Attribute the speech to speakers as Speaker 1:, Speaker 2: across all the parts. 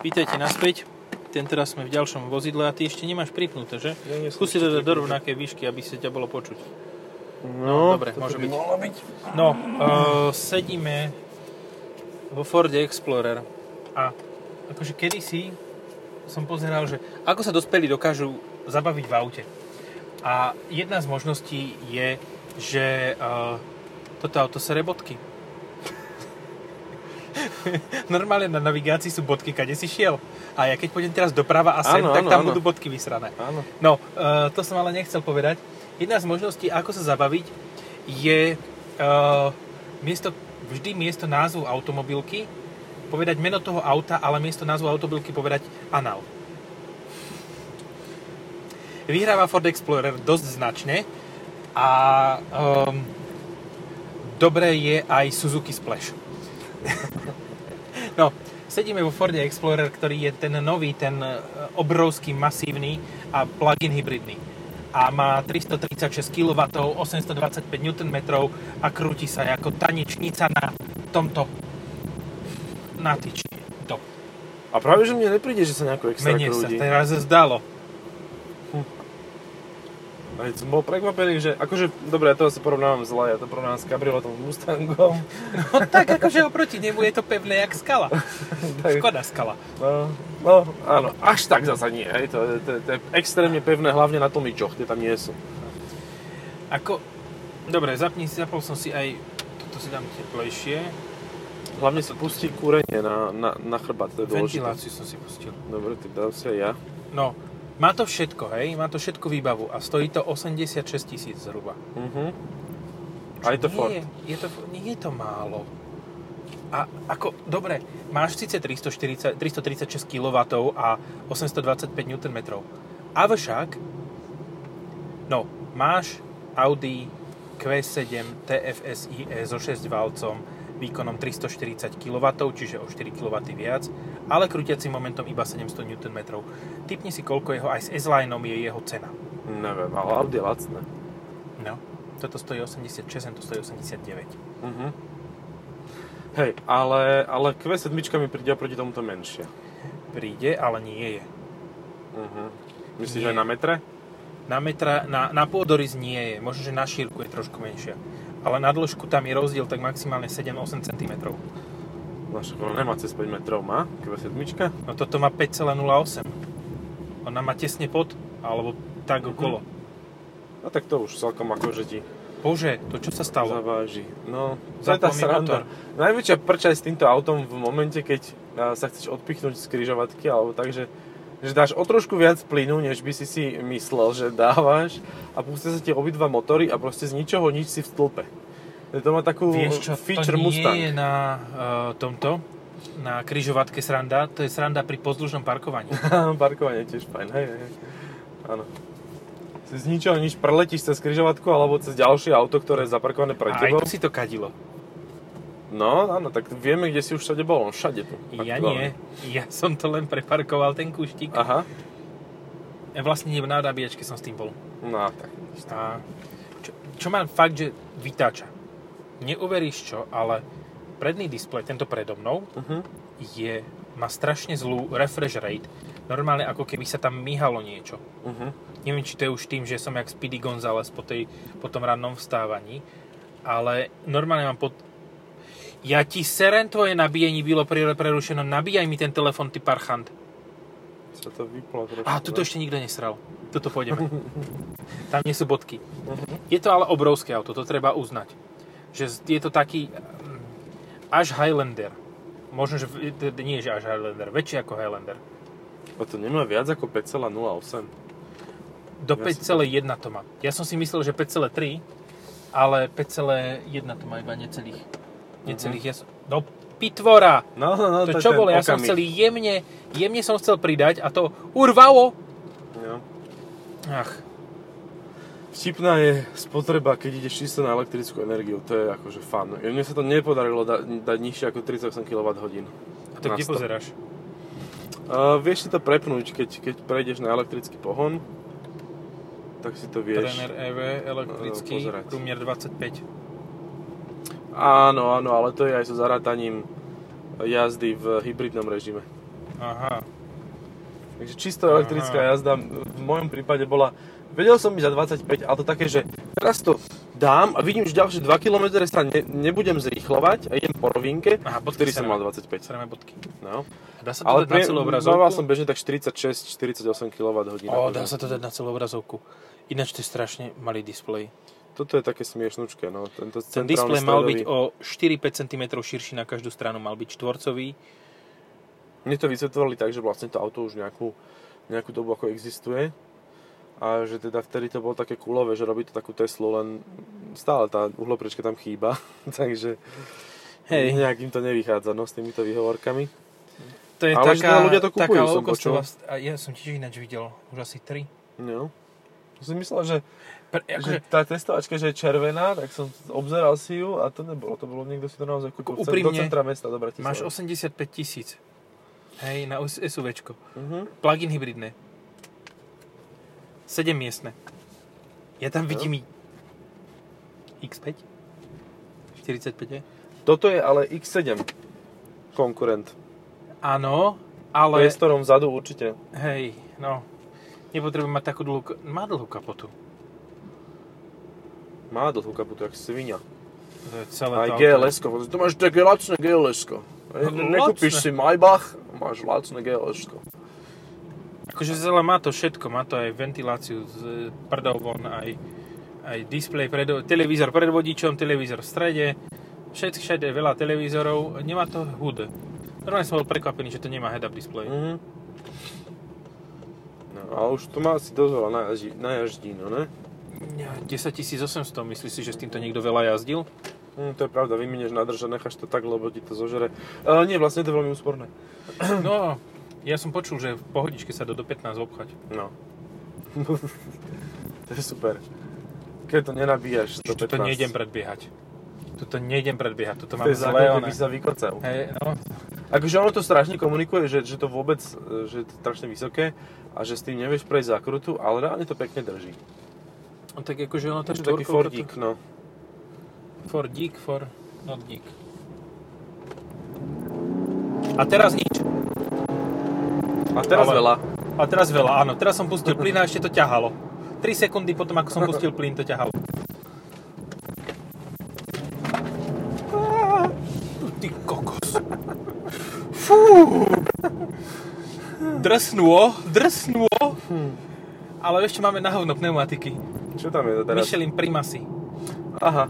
Speaker 1: Vítajte naspäť. Ten teraz sme v ďalšom vozidle a ty ešte nemáš pripnuté, že?
Speaker 2: Ja nie som
Speaker 1: Skúsi
Speaker 2: ešte
Speaker 1: to dať do rovnakej výšky, aby sa ťa bolo počuť.
Speaker 2: No,
Speaker 1: Dobre,
Speaker 2: toto
Speaker 1: môže
Speaker 2: by
Speaker 1: byť.
Speaker 2: mohlo byť.
Speaker 1: No, uh, sedíme vo Forde Explorer a akože kedysi som pozeral, že ako sa dospelí dokážu zabaviť v aute. A jedna z možností je, že uh, toto auto sa rebotky. Normálne na navigácii sú bodky, kade si šiel. A ja keď pôjdem teraz doprava a sem,
Speaker 2: Áno,
Speaker 1: tak
Speaker 2: áno,
Speaker 1: tam
Speaker 2: áno.
Speaker 1: budú bodky vysrané.
Speaker 2: Áno.
Speaker 1: No, e, to som ale nechcel povedať. Jedna z možností, ako sa zabaviť, je e, miesto, vždy miesto názvu automobilky povedať meno toho auta, ale miesto názvu automobilky povedať anal. Vyhráva Ford Explorer dosť značne a um, dobré je aj Suzuki Splash. No, sedíme vo Forde Explorer, ktorý je ten nový, ten e, obrovský, masívny a plug-in hybridný. A má 336 kW, 825 Nm a krúti sa ako tanečnica na tomto na tyči. To.
Speaker 2: A práve, že mne nepríde, že sa nejako extra
Speaker 1: Mene sa
Speaker 2: krúdi.
Speaker 1: teraz zdalo.
Speaker 2: Aj som bol prekvapený, že akože, dobre, ja to asi porovnávam zle, ja to porovnávam s kabrioletom s Mustangom.
Speaker 1: No tak akože oproti nemu je to pevné jak skala.
Speaker 2: Tak,
Speaker 1: Škoda skala.
Speaker 2: no, no, áno, až tak zasa nie, hej, to, je- to, je- to, je extrémne pevné, hlavne na tlmičoch, tie tam nie sú.
Speaker 1: Ako... Dobre, zapni si, zapol som si aj... Toto si dám teplejšie.
Speaker 2: Hlavne sa pustí kúrenie na, na, na chrbát, to je dôležité.
Speaker 1: Ventiláciu som si pustil.
Speaker 2: Dobre, tak dám si aj ja.
Speaker 1: No, má to všetko, hej? Má to všetko výbavu a stojí to 86 tisíc zhruba.
Speaker 2: Mhm. Aj to
Speaker 1: nie,
Speaker 2: Ford.
Speaker 1: Je to, nie je to málo. A ako, dobre, máš síce 340, 336 kW a 825 Nm. Avšak, no, máš Audi Q7 TFSIe E so 6 valcom výkonom 340 kW, čiže o 4 kW viac, ale krútiacim momentom iba 700 Nm. Typni si, koľko jeho aj s S-Lineom je jeho cena.
Speaker 2: Neviem, ale Audi je lacné.
Speaker 1: No, toto stojí 86, to stojí 89.
Speaker 2: Mhm. Hej, ale, ale Q7 mi príde oproti tomuto menšia.
Speaker 1: Príde, ale nie je.
Speaker 2: Mhm. Myslíš,
Speaker 1: Nie.
Speaker 2: že aj na metre?
Speaker 1: Na, metra, na, na pôdorys nie je, možno, že na šírku je trošku menšia. Ale na dĺžku tam je rozdiel tak maximálne 7-8 cm.
Speaker 2: Naša kola nemá cez 5 metrov, má Q7.
Speaker 1: No toto má 5,08. Ona má tesne pod, alebo tak okolo.
Speaker 2: No tak to už celkom akože ti
Speaker 1: Bože, to čo sa stalo?
Speaker 2: zaváži. No, to je tá
Speaker 1: Zapomni motor.
Speaker 2: sranda. Najväčšia prča je s týmto autom v momente, keď a, sa chceš odpichnúť z križovatky, alebo tak, že, že dáš o trošku viac plynu, než by si si myslel, že dávaš a pustia sa ti obidva motory a proste z ničoho nič si v stĺpe. To má takú
Speaker 1: Vieš čo,
Speaker 2: feature
Speaker 1: to nie
Speaker 2: Mustang.
Speaker 1: je na uh, tomto, na kryžovatke sranda, to je sranda pri pozdĺžnom parkovaní.
Speaker 2: Áno, parkovanie tiež fajn, hej, hej. Áno. Si z ničoho nič preletíš cez križovatku alebo cez ďalšie auto, ktoré je zaparkované
Speaker 1: A
Speaker 2: pred
Speaker 1: aj
Speaker 2: tebou.
Speaker 1: to si to kadilo.
Speaker 2: No, áno, tak vieme, kde si už všade bol, on všade tu.
Speaker 1: Ja nie,
Speaker 2: aktuálne.
Speaker 1: ja som to len preparkoval ten kúštik.
Speaker 2: Aha,
Speaker 1: Ja vlastne nie, na nabíjačke som s tým bol.
Speaker 2: no tak.
Speaker 1: A čo, čo ma fakt, že vytáča. Neuveríš čo, ale predný displej, tento predo mnou,
Speaker 2: Uh-huh.
Speaker 1: je, má strašne zlú refresh rate. Normálne ako keby sa tam myhalo niečo.
Speaker 2: Uh-huh.
Speaker 1: Neviem, či to je už tým, že som jak Speedy Gonzales po, tej, po tom rannom vstávaní, ale normálne mám pod... Ja ti seren tvoje nabíjenie bylo pri- prerušeno, nabíjaj mi ten telefon, ty parchant.
Speaker 2: Sa to vyplo trošku.
Speaker 1: A tuto
Speaker 2: no.
Speaker 1: ešte nikto nesral. Tuto pôjdeme. Tam nie sú bodky.
Speaker 2: Mhm.
Speaker 1: Je to ale obrovské auto, to treba uznať. Že z- je to taký mm, až Highlander. Možno, že v- t- t- nie, že až Highlander, väčší ako Highlander.
Speaker 2: A to nemá viac ako 5,08.
Speaker 1: Do
Speaker 2: Ja
Speaker 1: 5,1 to má. Ja som si myslel, že 5,3, ale 5,1 to má iba necelých. Necelých, ja som... No, pitvora!
Speaker 2: No, no, no,
Speaker 1: To
Speaker 2: je
Speaker 1: čo
Speaker 2: ten
Speaker 1: bolo? Ja som
Speaker 2: okamih.
Speaker 1: chcel jemne, jemne som chcel pridať a to urvalo!
Speaker 2: No.
Speaker 1: Ach,
Speaker 2: Vtipná je spotreba, keď ideš čisto na elektrickú energiu, to je akože fan. Mne sa to nepodarilo da- dať nižšie ako 38 kWh.
Speaker 1: a to kde
Speaker 2: Na sto.
Speaker 1: pozeráš?
Speaker 2: Uh, vieš si to prepnúť, keď, keď prejdeš na elektrický pohon, tak si to vieš.
Speaker 1: Trener EV, E elektrický,
Speaker 2: No, pozerať.
Speaker 1: prúmier 25.
Speaker 2: Áno, áno, ale to je aj so zarátaním jazdy v hybridnom režime.
Speaker 1: Aha.
Speaker 2: Takže čisto elektrická
Speaker 1: Aha.
Speaker 2: jazda v mojom prípade bola, vedel som ísť za 25, ale to také, že teraz to dám a vidím, že ďalšie 2 km sa ne, nebudem zrýchlovať a idem po rovinke,
Speaker 1: Aha, počkaj,
Speaker 2: ktorý som
Speaker 1: sreme.
Speaker 2: mal 25.
Speaker 1: Sreme bodky.
Speaker 2: No.
Speaker 1: A Dá sa to dať
Speaker 2: Ale
Speaker 1: na
Speaker 2: pre,
Speaker 1: celú obrazovku?
Speaker 2: mával som bežne tak 46-48 kWh.
Speaker 1: O, dá sa to dať na celú obrazovku. Ináč to je strašne malý displej.
Speaker 2: Toto je také smiešnučké, no. Tento
Speaker 1: Ten
Speaker 2: centrálny
Speaker 1: displej mal
Speaker 2: stredový.
Speaker 1: byť o 4-5 cm širší na každú stranu, mal byť štvorcový.
Speaker 2: Mne to vysvetlovali tak, že vlastne to auto už nejakú, nejakú dobu ako existuje a že teda vtedy to bolo také kulové, že robí to takú Teslu, len stále tá uhlopriečka tam chýba, takže
Speaker 1: Hej.
Speaker 2: nejak im to nevychádza no, s týmito výhovorkami.
Speaker 1: To je
Speaker 2: Ale že
Speaker 1: taká,
Speaker 2: teda ľudia to
Speaker 1: taká
Speaker 2: kupujú, som
Speaker 1: low-costová st- a ja som tiež ináč videl, už asi 3.
Speaker 2: No. To som myslel, že,
Speaker 1: Pre,
Speaker 2: že
Speaker 1: akože,
Speaker 2: tá testovačka, že je červená, tak som obzeral si ju a to nebolo, to bolo niekto si to naozaj
Speaker 1: Ako
Speaker 2: kúpil. Chcel- do
Speaker 1: úprimne,
Speaker 2: centra mesta, do Bratislava.
Speaker 1: máš 85 tisíc. Hej, na US- SUVčko.
Speaker 2: Mhm.
Speaker 1: Plug-in hybridné. 7 miestne. Ja tam
Speaker 2: Jo.
Speaker 1: vidím i... X5? 45 je?
Speaker 2: Toto je ale X7 konkurent.
Speaker 1: Áno, ale...
Speaker 2: Priestorom vzadu určite.
Speaker 1: Hej, no. Nepotrebujem mať takú dlhú... k- Má dlhú kapotu.
Speaker 2: Má dlhú kaputu, jak svinia.
Speaker 1: To je celé
Speaker 2: Aj
Speaker 1: to auto.
Speaker 2: GLS, -ko. to máš také lacné GLS. -ko.
Speaker 1: No,
Speaker 2: Ne- Nekúpiš
Speaker 1: lacné.
Speaker 2: si Maybach, máš lacné GLS. -ko.
Speaker 1: Akože zle má to všetko, má to aj ventiláciu z e, prdov von, aj, aj displej, pred, televízor pred vodičom, televízor v strede, všet, všade je veľa televízorov, nemá to HUD. Normálne som bol prekvapený, že to nemá head-up display.
Speaker 2: Mhm. No a už to má asi dosť veľa na, jaždi, na jaždínu, ne?
Speaker 1: Ja, 10 800, myslíš si, že s týmto niekto veľa jazdil?
Speaker 2: Hm, to je pravda, vymenieš nádrž a necháš to tak, lebo ti to zožere. Ale nie, vlastne je to veľmi úsporné.
Speaker 1: No, ja som počul, že v pohodičke sa dá do 15 obchať.
Speaker 2: No. to je super. Keď to nenabíjaš, to
Speaker 1: Tuto nejdem predbiehať. Tuto nejdem predbiehať, toto
Speaker 2: To
Speaker 1: mám
Speaker 2: je
Speaker 1: zlé.
Speaker 2: základ,
Speaker 1: one.
Speaker 2: by sa vykocal.
Speaker 1: Hej, no,
Speaker 2: Akože ono to strašne komunikuje, že, že to vôbec, e, že je to strašne vysoké a že s tým nevieš prejsť zákrutu, ale reálne to pekne drží.
Speaker 1: tak akože ono to
Speaker 2: Takže taký Fordík, no.
Speaker 1: For dík, for not dík. A teraz nič.
Speaker 2: A teraz
Speaker 1: Ale-
Speaker 2: veľa.
Speaker 1: A teraz veľa, áno. Teraz som pustil plyn a ešte to ťahalo. 3 sekundy potom, ako som pustil plyn, to ťahalo. Á, Ah, Ty kokos. Fú. Drsnuo, drsnuo. Ale ešte máme na hovno pneumatiky.
Speaker 2: Čo tam je to teraz?
Speaker 1: Michelin Primasy.
Speaker 2: Aha.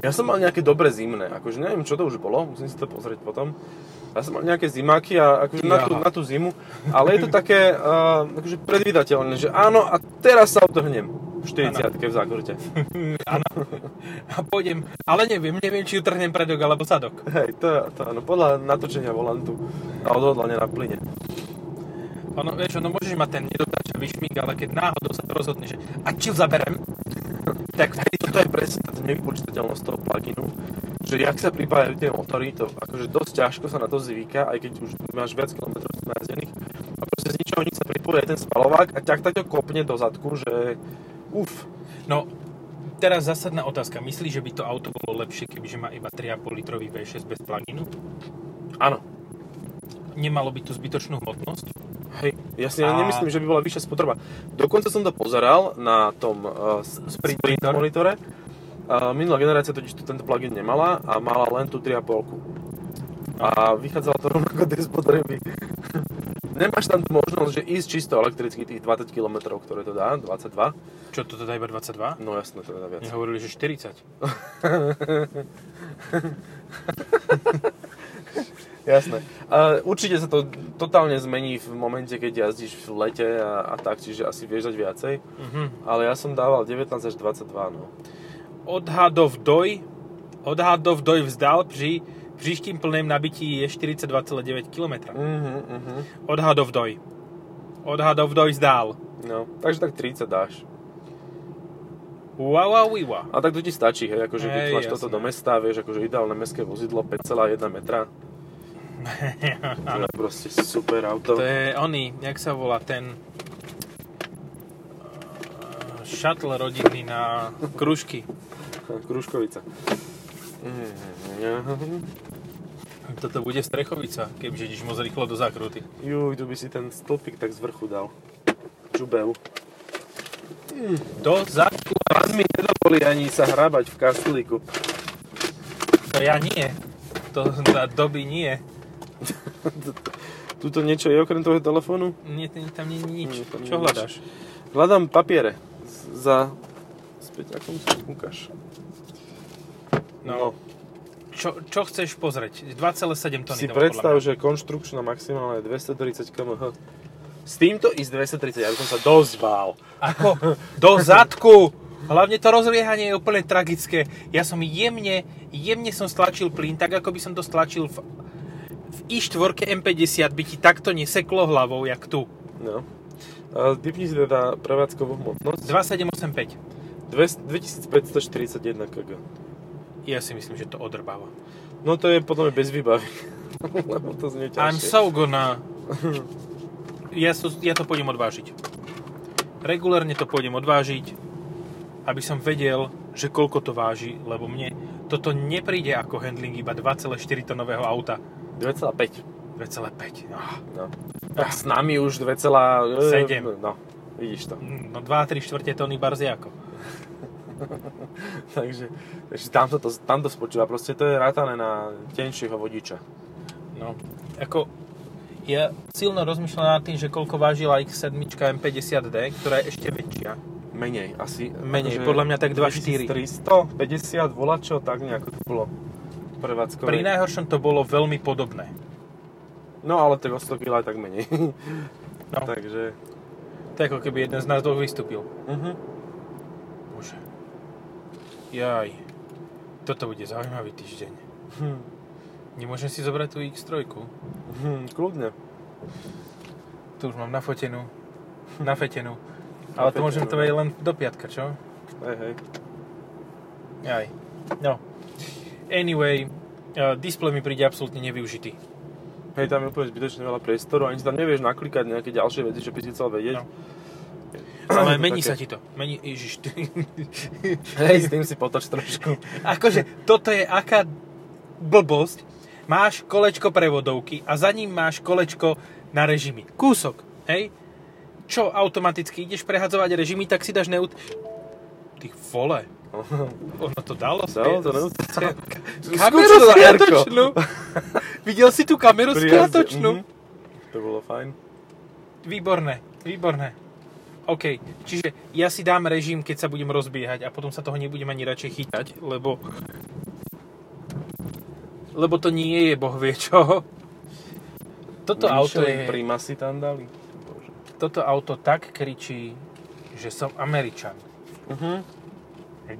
Speaker 2: Ja som mal nejaké dobré zimné, akože neviem, čo to už bolo, musím si to pozrieť potom. Ja som mal nejaké zimáky a akože na, tú,
Speaker 1: Jaha.
Speaker 2: na tú zimu, ale je to také uh, akože predvídateľné, že áno a teraz sa otrhnem v 40 v zákrute.
Speaker 1: A pôjdem, ale neviem, neviem, či utrhnem predok alebo zadok.
Speaker 2: Hej, to, to áno, podľa natočenia volantu a odhodlania na plyne.
Speaker 1: Ono, vieš, ono môžeš mať ten nedotáča vyšmík, ale keď náhodou sa to rozhodne, že a či ju zaberem,
Speaker 2: Tak hej, toto je presne táto nevypočítateľnosť toho pluginu, že jak sa pripájajú tie motory, to akože dosť ťažko sa na to zvyká, aj keď už máš viac kilometrov najazdených. A proste z ničoho nič sa pripojí aj ten spalovák a ťak takto kopne do zadku, že uf,
Speaker 1: no teraz zásadná otázka. Myslíš, že by to auto bolo lepšie, kebyže má iba 3,5 litrový V6 bez pluginu?
Speaker 2: áno.
Speaker 1: Nemalo by to zbytočnú hmotnosť?
Speaker 2: Hej, ja si a...
Speaker 1: A-
Speaker 2: nemyslím, že by bola vyššia spotreba. Dokonca som to pozeral na tom uh,
Speaker 1: Sprint
Speaker 2: Sprint, Sprint
Speaker 1: monitor.
Speaker 2: monitore. Uh, minulá generácia totiž tu tento plugin nemala a mala len tú 3,5. A vychádzalo to rovnako tej spotreby. Nemáš tam tú možnosť, že ísť čisto elektricky tých 20 km, ktoré to dá, 22.
Speaker 1: Čo to teda iba 22?
Speaker 2: No jasné, to je na viac.
Speaker 1: Mne hovorili, že 40.
Speaker 2: Jasné. A určite sa to totálne zmení v momente, keď jazdíš v lete a, a tak, čiže asi vieš dať viacej.
Speaker 1: Mhm.
Speaker 2: Ale ja som dával 19 až 22, no.
Speaker 1: Odhadov doj, odhadov doj vzdal pri příštím plném nabití je 42,9 km.
Speaker 2: Mhm, mhm.
Speaker 1: Odhadov doj. Odhadov doj zdál.
Speaker 2: No, takže tak 30 dáš.
Speaker 1: Wow, wow, wow.
Speaker 2: A tak to ti stačí, hej, akože keď
Speaker 1: Hej,
Speaker 2: máš toto
Speaker 1: jasné.
Speaker 2: do mesta, vieš, akože ideálne mestské vozidlo 5,1 metra. To je proste super auto.
Speaker 1: To je oný, jak sa volá ten eh, šatl rodinný na kružky.
Speaker 2: Kruškovica. Mhm.
Speaker 1: Toto bude strechovica, kebyže ideš moc rýchlo do zákruty.
Speaker 2: Juj, tu by si ten stĺpik tak z vrchu dal. Čubeu.
Speaker 1: Do zákruty?
Speaker 2: Pán mi nedovolí ani sa hrábať v kastlíku.
Speaker 1: To ja nie. To za doby nie.
Speaker 2: Tuto niečo je okrem toho telefónu?
Speaker 1: nie tam- tam nie je nič.
Speaker 2: Nie, tam nie
Speaker 1: Čo
Speaker 2: je
Speaker 1: hľadáš?
Speaker 2: Hľadám papiere. Z- Za... Späť, akom sa ukáž.
Speaker 1: No. Čo, čo chceš pozrieť? 2,7 tony.
Speaker 2: si predstav, že konštrukčná maximálne je 230 kmh. S týmto ísť 230, ja by som sa dosť bál.
Speaker 1: Ako? Do zadku! Hlavne to rozliehanie je úplne tragické. Ja som jemne, jemne som stlačil plyn, tak ako by som to stlačil v, v i4 M50 by ti takto neseklo hlavou, jak tu.
Speaker 2: No. A typni si teda prevádzkovú hmotnosť.
Speaker 1: 2785.
Speaker 2: 200 2541 kg.
Speaker 1: Ja si myslím, že to odrbáva.
Speaker 2: No to je podľa mňa bez výbavy. Lebo to znie ťažšie.
Speaker 1: I'm so gonna... Ja, so, ja to pôjdem odvážiť. Regulérne to pôjdem odvážiť, aby som vedel, že koľko to váži, lebo mne toto nepríde ako handling iba 2,4 tonového auta.
Speaker 2: 2,5.
Speaker 1: 2,5. No,
Speaker 2: No. Tak s nami už 2,7.
Speaker 1: Sedem.
Speaker 2: No, vidíš to.
Speaker 1: no 2, 3 štvrte tony barziako.
Speaker 2: Takže, takže tam, to, tam to spočíva. Proste to je rátané na tenšieho vodiča.
Speaker 1: No, ako ja silno rozmýšľam nad tým, že koľko vážila X7 M50D, ktorá je ešte väčšia.
Speaker 2: Menej asi.
Speaker 1: Menej, podľa mňa tak 2,4.
Speaker 2: 350 volačo, tak nejako to bolo prevádzkové.
Speaker 1: Pri najhoršom to bolo veľmi podobné.
Speaker 2: No ale tak o 100 kg aj tak menej.
Speaker 1: No.
Speaker 2: Takže...
Speaker 1: To je ako keby jeden z nás dvoch vystúpil.
Speaker 2: Uh-huh.
Speaker 1: Bože. Jaj. Toto bude zaujímavý týždeň.
Speaker 2: Hm.
Speaker 1: Nemôžem si zobrať tú X3.
Speaker 2: Hm, kľudne.
Speaker 1: Tu už mám nafotenu. Nafetenú. Ale to
Speaker 2: Nafetenú,
Speaker 1: môžem to
Speaker 2: no.
Speaker 1: vedieť len do piatka, čo?
Speaker 2: Hej, hej.
Speaker 1: Jaj. No. Anyway, uh, displej mi príde absolútne nevyužitý.
Speaker 2: Hej, tam je úplne zbytočne veľa priestoru, ani si tam nevieš naklikať nejaké ďalšie veci, čo by si chcel vedieť.
Speaker 1: No. Ale
Speaker 2: To
Speaker 1: mení
Speaker 2: také-
Speaker 1: sa ti to. Mení, ježiš, ty.
Speaker 2: Hej, s tým si potoč trošku.
Speaker 1: Akože, toto je aká blbosť. Máš kolečko prevodovky a za ním máš kolečko na režimy. Kúsok, hej? Čo automaticky ideš prehadzovať režimy, tak si dáš neut... Ty vole. Ono to dalo?
Speaker 2: Dalo to
Speaker 1: späť.
Speaker 2: neut-
Speaker 1: Ka-
Speaker 2: Skúšala
Speaker 1: Kameru
Speaker 2: Jarko.
Speaker 1: spiatočnú. Videl si tú kameru spiatočnú?
Speaker 2: Mhm. To bolo fajn.
Speaker 1: Výborné, výborné. OK, čiže ja si dám režim, keď sa budem rozbiehať a potom sa toho nebudem ani radšej chytať, lebo... Lebo to nie je boh vie čo. Toto auto, je,
Speaker 2: Michelin Prima si tam dali. Bože.
Speaker 1: toto auto tak kričí, že som Američan.
Speaker 2: Mhm.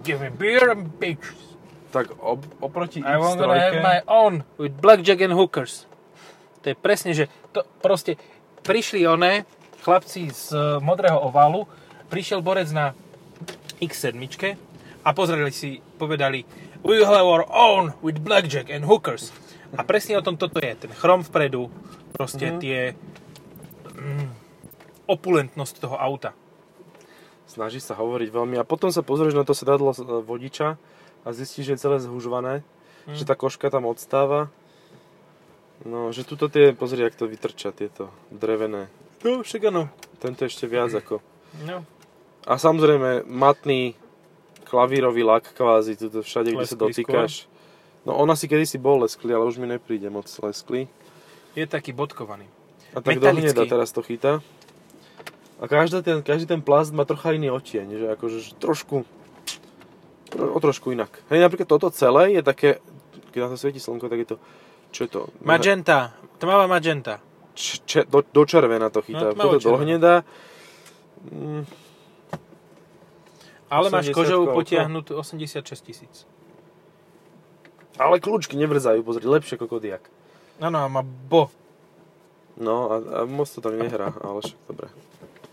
Speaker 1: Give me beer and bitches.
Speaker 2: Tak ob, oproti
Speaker 1: I want to have
Speaker 2: X3,
Speaker 1: my own with blackjack and hookers. To je presne, že to proste prišli oné chlapci z e, modrého ovalu, prišiel borec na X7 a pozreli si, povedali We will have our own with blackjack and hookers. A presne o tom toto je, ten chrom vpredu, proste
Speaker 2: Mhm.
Speaker 1: tie mm, opulentnosť toho auta.
Speaker 2: snaží sa hovoriť veľmi a potom sa pozrieš na to sedadlo z- e, vodiča a zistíš, že je celé zhužované,
Speaker 1: Mhm.
Speaker 2: že tá koška tam odstáva. No, že tuto tie, pozri, jak to vytrča, tieto drevené.
Speaker 1: No, však áno.
Speaker 2: Tento ešte viac ako.
Speaker 1: No.
Speaker 2: A samozrejme, matný klavírový lak kvázi, tuto všade, kde sa
Speaker 1: Lesklý
Speaker 2: dotýkaš. No on asi kedysi bol lesklý, ale už mi nepríde moc lesklý.
Speaker 1: Je taký bodkovaný.
Speaker 2: A tak do
Speaker 1: Metalický.
Speaker 2: hneda teraz to chytá. A každý ten, každý ten plast má trocha iný odtieň, že akože že trošku, tro- o trošku inak. Hej, napríklad toto celé je také, keď na to svieti slnko, tak je to, čo je to?
Speaker 1: Magenta, tmavá magenta.
Speaker 2: Č, če, do, do červena to
Speaker 1: No,
Speaker 2: chytá,
Speaker 1: tmavo
Speaker 2: toto
Speaker 1: červená.
Speaker 2: do hneda. Mm,
Speaker 1: Ale máš
Speaker 2: 80
Speaker 1: kožovú
Speaker 2: koľko?
Speaker 1: potiahnutú 86 tisíc.
Speaker 2: ale kľúčky nevrzajú, pozri, lepšie ako kodiak.
Speaker 1: Áno, no, a má bo.
Speaker 2: No a, a moc to tam nehrá, ale však dobre.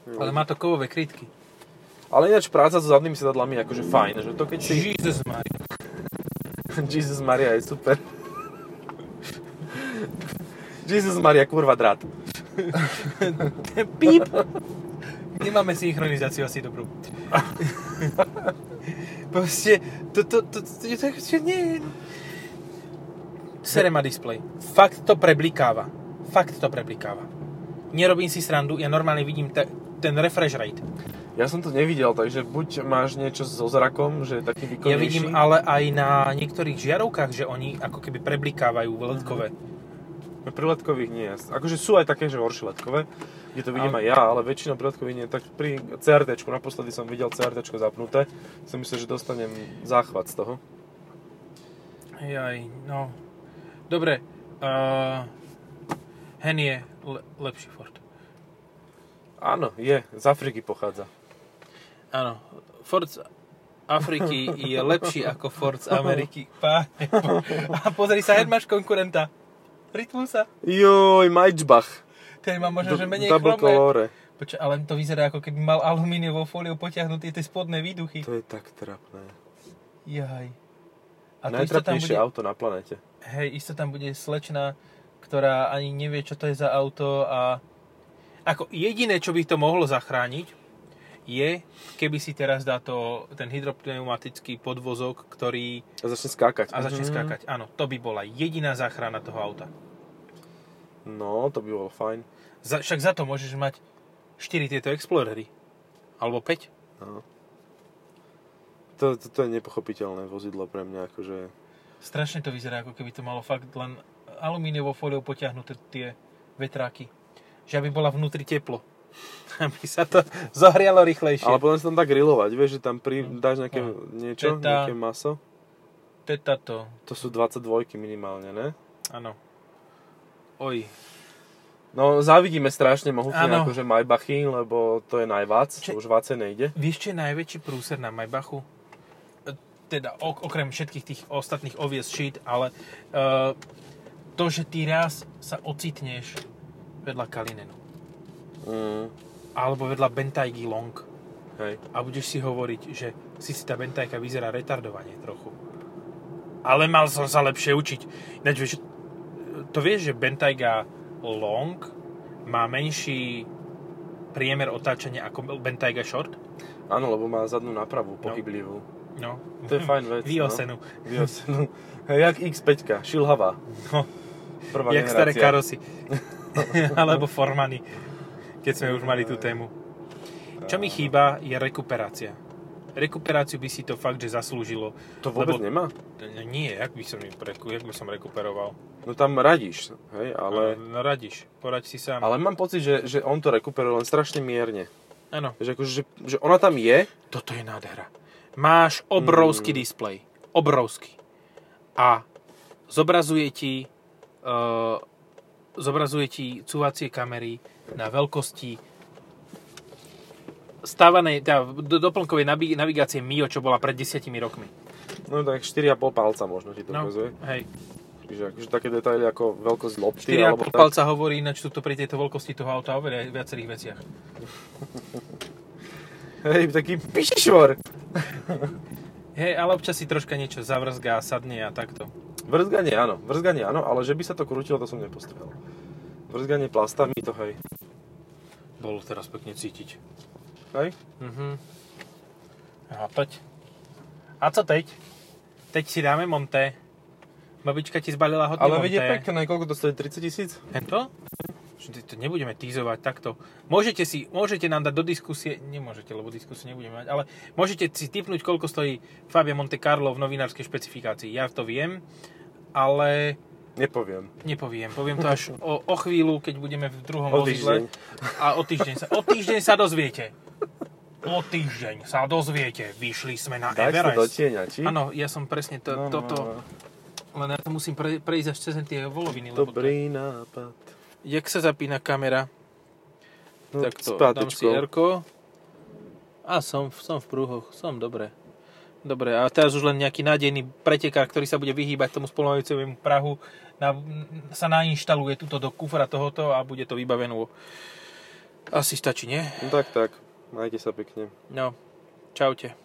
Speaker 1: Ale má to kovové krytky.
Speaker 2: Ale ináč práca so zadnými sedadlami je akože fajn, že to keď si...
Speaker 1: Jesus Maria.
Speaker 2: Jesus Maria je super. Jesus Maria, kurva drát.
Speaker 1: Píp. Nemáme synchronizáciu asi dobrú. Proste, to, to, to, to, to, to, to nie... Sere ma displej. Fakt to preblikáva. Fakt to preblikáva. Nerobím si srandu, ja normálne vidím te, ten refresh rate.
Speaker 2: Ja som to nevidel, takže buď máš niečo so zrakom, že je taký výkonnejší.
Speaker 1: Ja vidím ale aj na niektorých žiarovkách, že oni ako keby preblikávajú ledkové.
Speaker 2: No, Pri letkových nie. Akože sú aj také, že horšie letkové, kde to vidím aj ja, ale väčšina pri letkových nie. Tak pri CRT, naposledy som videl CRT zapnuté, som myslel, že dostanem záchvat z toho.
Speaker 1: Jaj, no. Dobre. Uh, hen je le- lepší Ford.
Speaker 2: Áno, je, z Afriky pochádza.
Speaker 1: Áno. Ford z Afriky je lepší ako Ford z Ameriky. Páne. Boh. A pozri sa, hen máš konkurenta. Rytmusa.
Speaker 2: Joj, Majdžbach.
Speaker 1: Ten má možno, že menej
Speaker 2: Double
Speaker 1: chromé.
Speaker 2: colore.
Speaker 1: Počkaj, ale to vyzerá ako keby mal alumíniovou fóliou potiahnuté tie spodné výduchy.
Speaker 2: To je tak trapné.
Speaker 1: Jaj. A to isto tam
Speaker 2: Najtrapnejšie
Speaker 1: bude,
Speaker 2: auto na planete.
Speaker 1: hej, isto tam bude slečna, ktorá ani nevie, čo to je za auto a... Ako jediné, čo by to mohlo zachrániť, je, keby si teraz dá to, ten hydropneumatický podvozok, ktorý...
Speaker 2: A začne skákať.
Speaker 1: A začne
Speaker 2: Mhm.
Speaker 1: skákať. Áno, to by bola jediná záchrana toho auta.
Speaker 2: No, to by bolo fajn.
Speaker 1: Za, však za to môžeš mať 4 tieto Explorery. Alebo 5.
Speaker 2: No. To, to, to je nepochopiteľné vozidlo pre mňa, akože...
Speaker 1: Strašne to vyzerá, ako keby to malo fakt len alumíniovou fóliou potiahnuté tie vetráky. Že aby bola vnútri teplo. Aby sa to zohrialo rýchlejšie.
Speaker 2: Ale potom sa tam dá grillovať, vieš, že tam pri, dáš nejaké
Speaker 1: No.
Speaker 2: niečo,
Speaker 1: Teta.
Speaker 2: nejaké maso.
Speaker 1: Teta to,
Speaker 2: To sú 22 minimálne, ne?
Speaker 1: áno. Oj.
Speaker 2: No, závidíme strašne mohutne
Speaker 1: Áno.
Speaker 2: akože Maybachy, lebo to je najvác,
Speaker 1: Či-
Speaker 2: to už váce nejde.
Speaker 1: Vieš, čo je najväčší prúser na Maybachu? E, Teda ok, okrem všetkých tých ostatných obvious shit, ale uh, to, že ty raz sa ocitneš vedľa Kalinenu
Speaker 2: Mm,
Speaker 1: alebo vedľa Bentajgy Long
Speaker 2: hej.
Speaker 1: a budeš si hovoriť, že si si tá bentajka vyzerá retardovanie trochu. Ale mal som sa lepšie učiť. Ináč, vieš, e, to vieš, že bentajga long má menší priemer otáčania ako bentajga short?
Speaker 2: Áno, lebo má zadnú nápravu pohyblivú.
Speaker 1: No.
Speaker 2: To je fajn vec.
Speaker 1: Vyosenu.
Speaker 2: No. Vyosenu. Hej, jak X5, šilhavá.
Speaker 1: No.
Speaker 2: Prvá
Speaker 1: Jak staré
Speaker 2: generácia.
Speaker 1: karosy. Alebo formany. Keď sme už mali tú tému. Čo mi chýba je rekuperácia. Rekuperáciu by si to fakt, že zaslúžilo.
Speaker 2: To vôbec
Speaker 1: lebo-
Speaker 2: nemá.
Speaker 1: No Nie, jak by som, ju preku, jak by som rekuperoval.
Speaker 2: No tam radíš, hej, ale...
Speaker 1: No, radiš, poraď si sám.
Speaker 2: Ale mám pocit, že, že on to rekuperuje len strašne mierne.
Speaker 1: Áno.
Speaker 2: Že, akože, že, že ona tam je,
Speaker 1: Toto je nádhera. Máš obrovský mm. displej. Obrovský. A zobrazuje ti uh, zobrazuje ti cúvacie kamery na veľkosti stávanej, teda do, doplnkovej navi- navigácie Mio, čo bola pred desiatimi rokmi.
Speaker 2: no tak 4,5 palca možno ti to
Speaker 1: No,
Speaker 2: ukazuje.
Speaker 1: hej.
Speaker 2: Čiže akože také detaily ako veľkosť lopty,
Speaker 1: 4,5
Speaker 2: alebo tak.
Speaker 1: palca hovorí ináč tuto pri tejto veľkosti toho auta o veľa- viacerých veciach.
Speaker 2: Hej, taký pišvor.
Speaker 1: Hej, ale občas si troška niečo zavrzgá, sadne a takto.
Speaker 2: Vrzganie áno, vrzganie áno, ale že by sa to krútilo, to som nepostrel. Vrzganie plastami to hej.
Speaker 1: Bolo teraz pekne cítiť.
Speaker 2: Hej?
Speaker 1: Mhm. A teď? A co teď? Teď si dáme Monté. Babička ti zbalila hodne
Speaker 2: Ale
Speaker 1: Monté.
Speaker 2: vedie pekné, koľko to stojí? 30 tisíc?
Speaker 1: Hento? Že To nebudeme týzovať takto. Môžete si, môžete nám dať do diskusie, nemôžete, lebo diskusie nebudeme mať, ale môžete si typnúť, koľko stojí Fabia Monte Carlo v novinárskej špecifikácii. Ja to viem, ale
Speaker 2: Nepoviem.
Speaker 1: nepoviem. Poviem to až o, o chvíľu, keď budeme v druhom
Speaker 2: O
Speaker 1: vozidle. A o týždeň sa, o týždeň sa dozviete. O týždeň sa dozviete. Vyšli sme na
Speaker 2: Daj sa do
Speaker 1: Everest.
Speaker 2: tieňa, či?
Speaker 1: Áno, ja som presne to, no, toto, no, no. len ja to musím pre, prejsť až cez tie voloviny. lebo
Speaker 2: Dobrý nápad.
Speaker 1: To, jak sa zapína kamera?
Speaker 2: No,
Speaker 1: tak
Speaker 2: s
Speaker 1: to, dám si
Speaker 2: pátečkou.
Speaker 1: Rko. A som, v- som v prúhoch, som dobre. Dobre, a teraz už len nejaký nádejný pretekár, ktorý sa bude vyhýbať tomu spolumajúcemu Prahu, na, n- sa nainštaluje tuto do kufra tohoto a bude to vybavenú. Asi stačí, nie?
Speaker 2: No tak, tak. Majte sa pekne.
Speaker 1: No, čaute.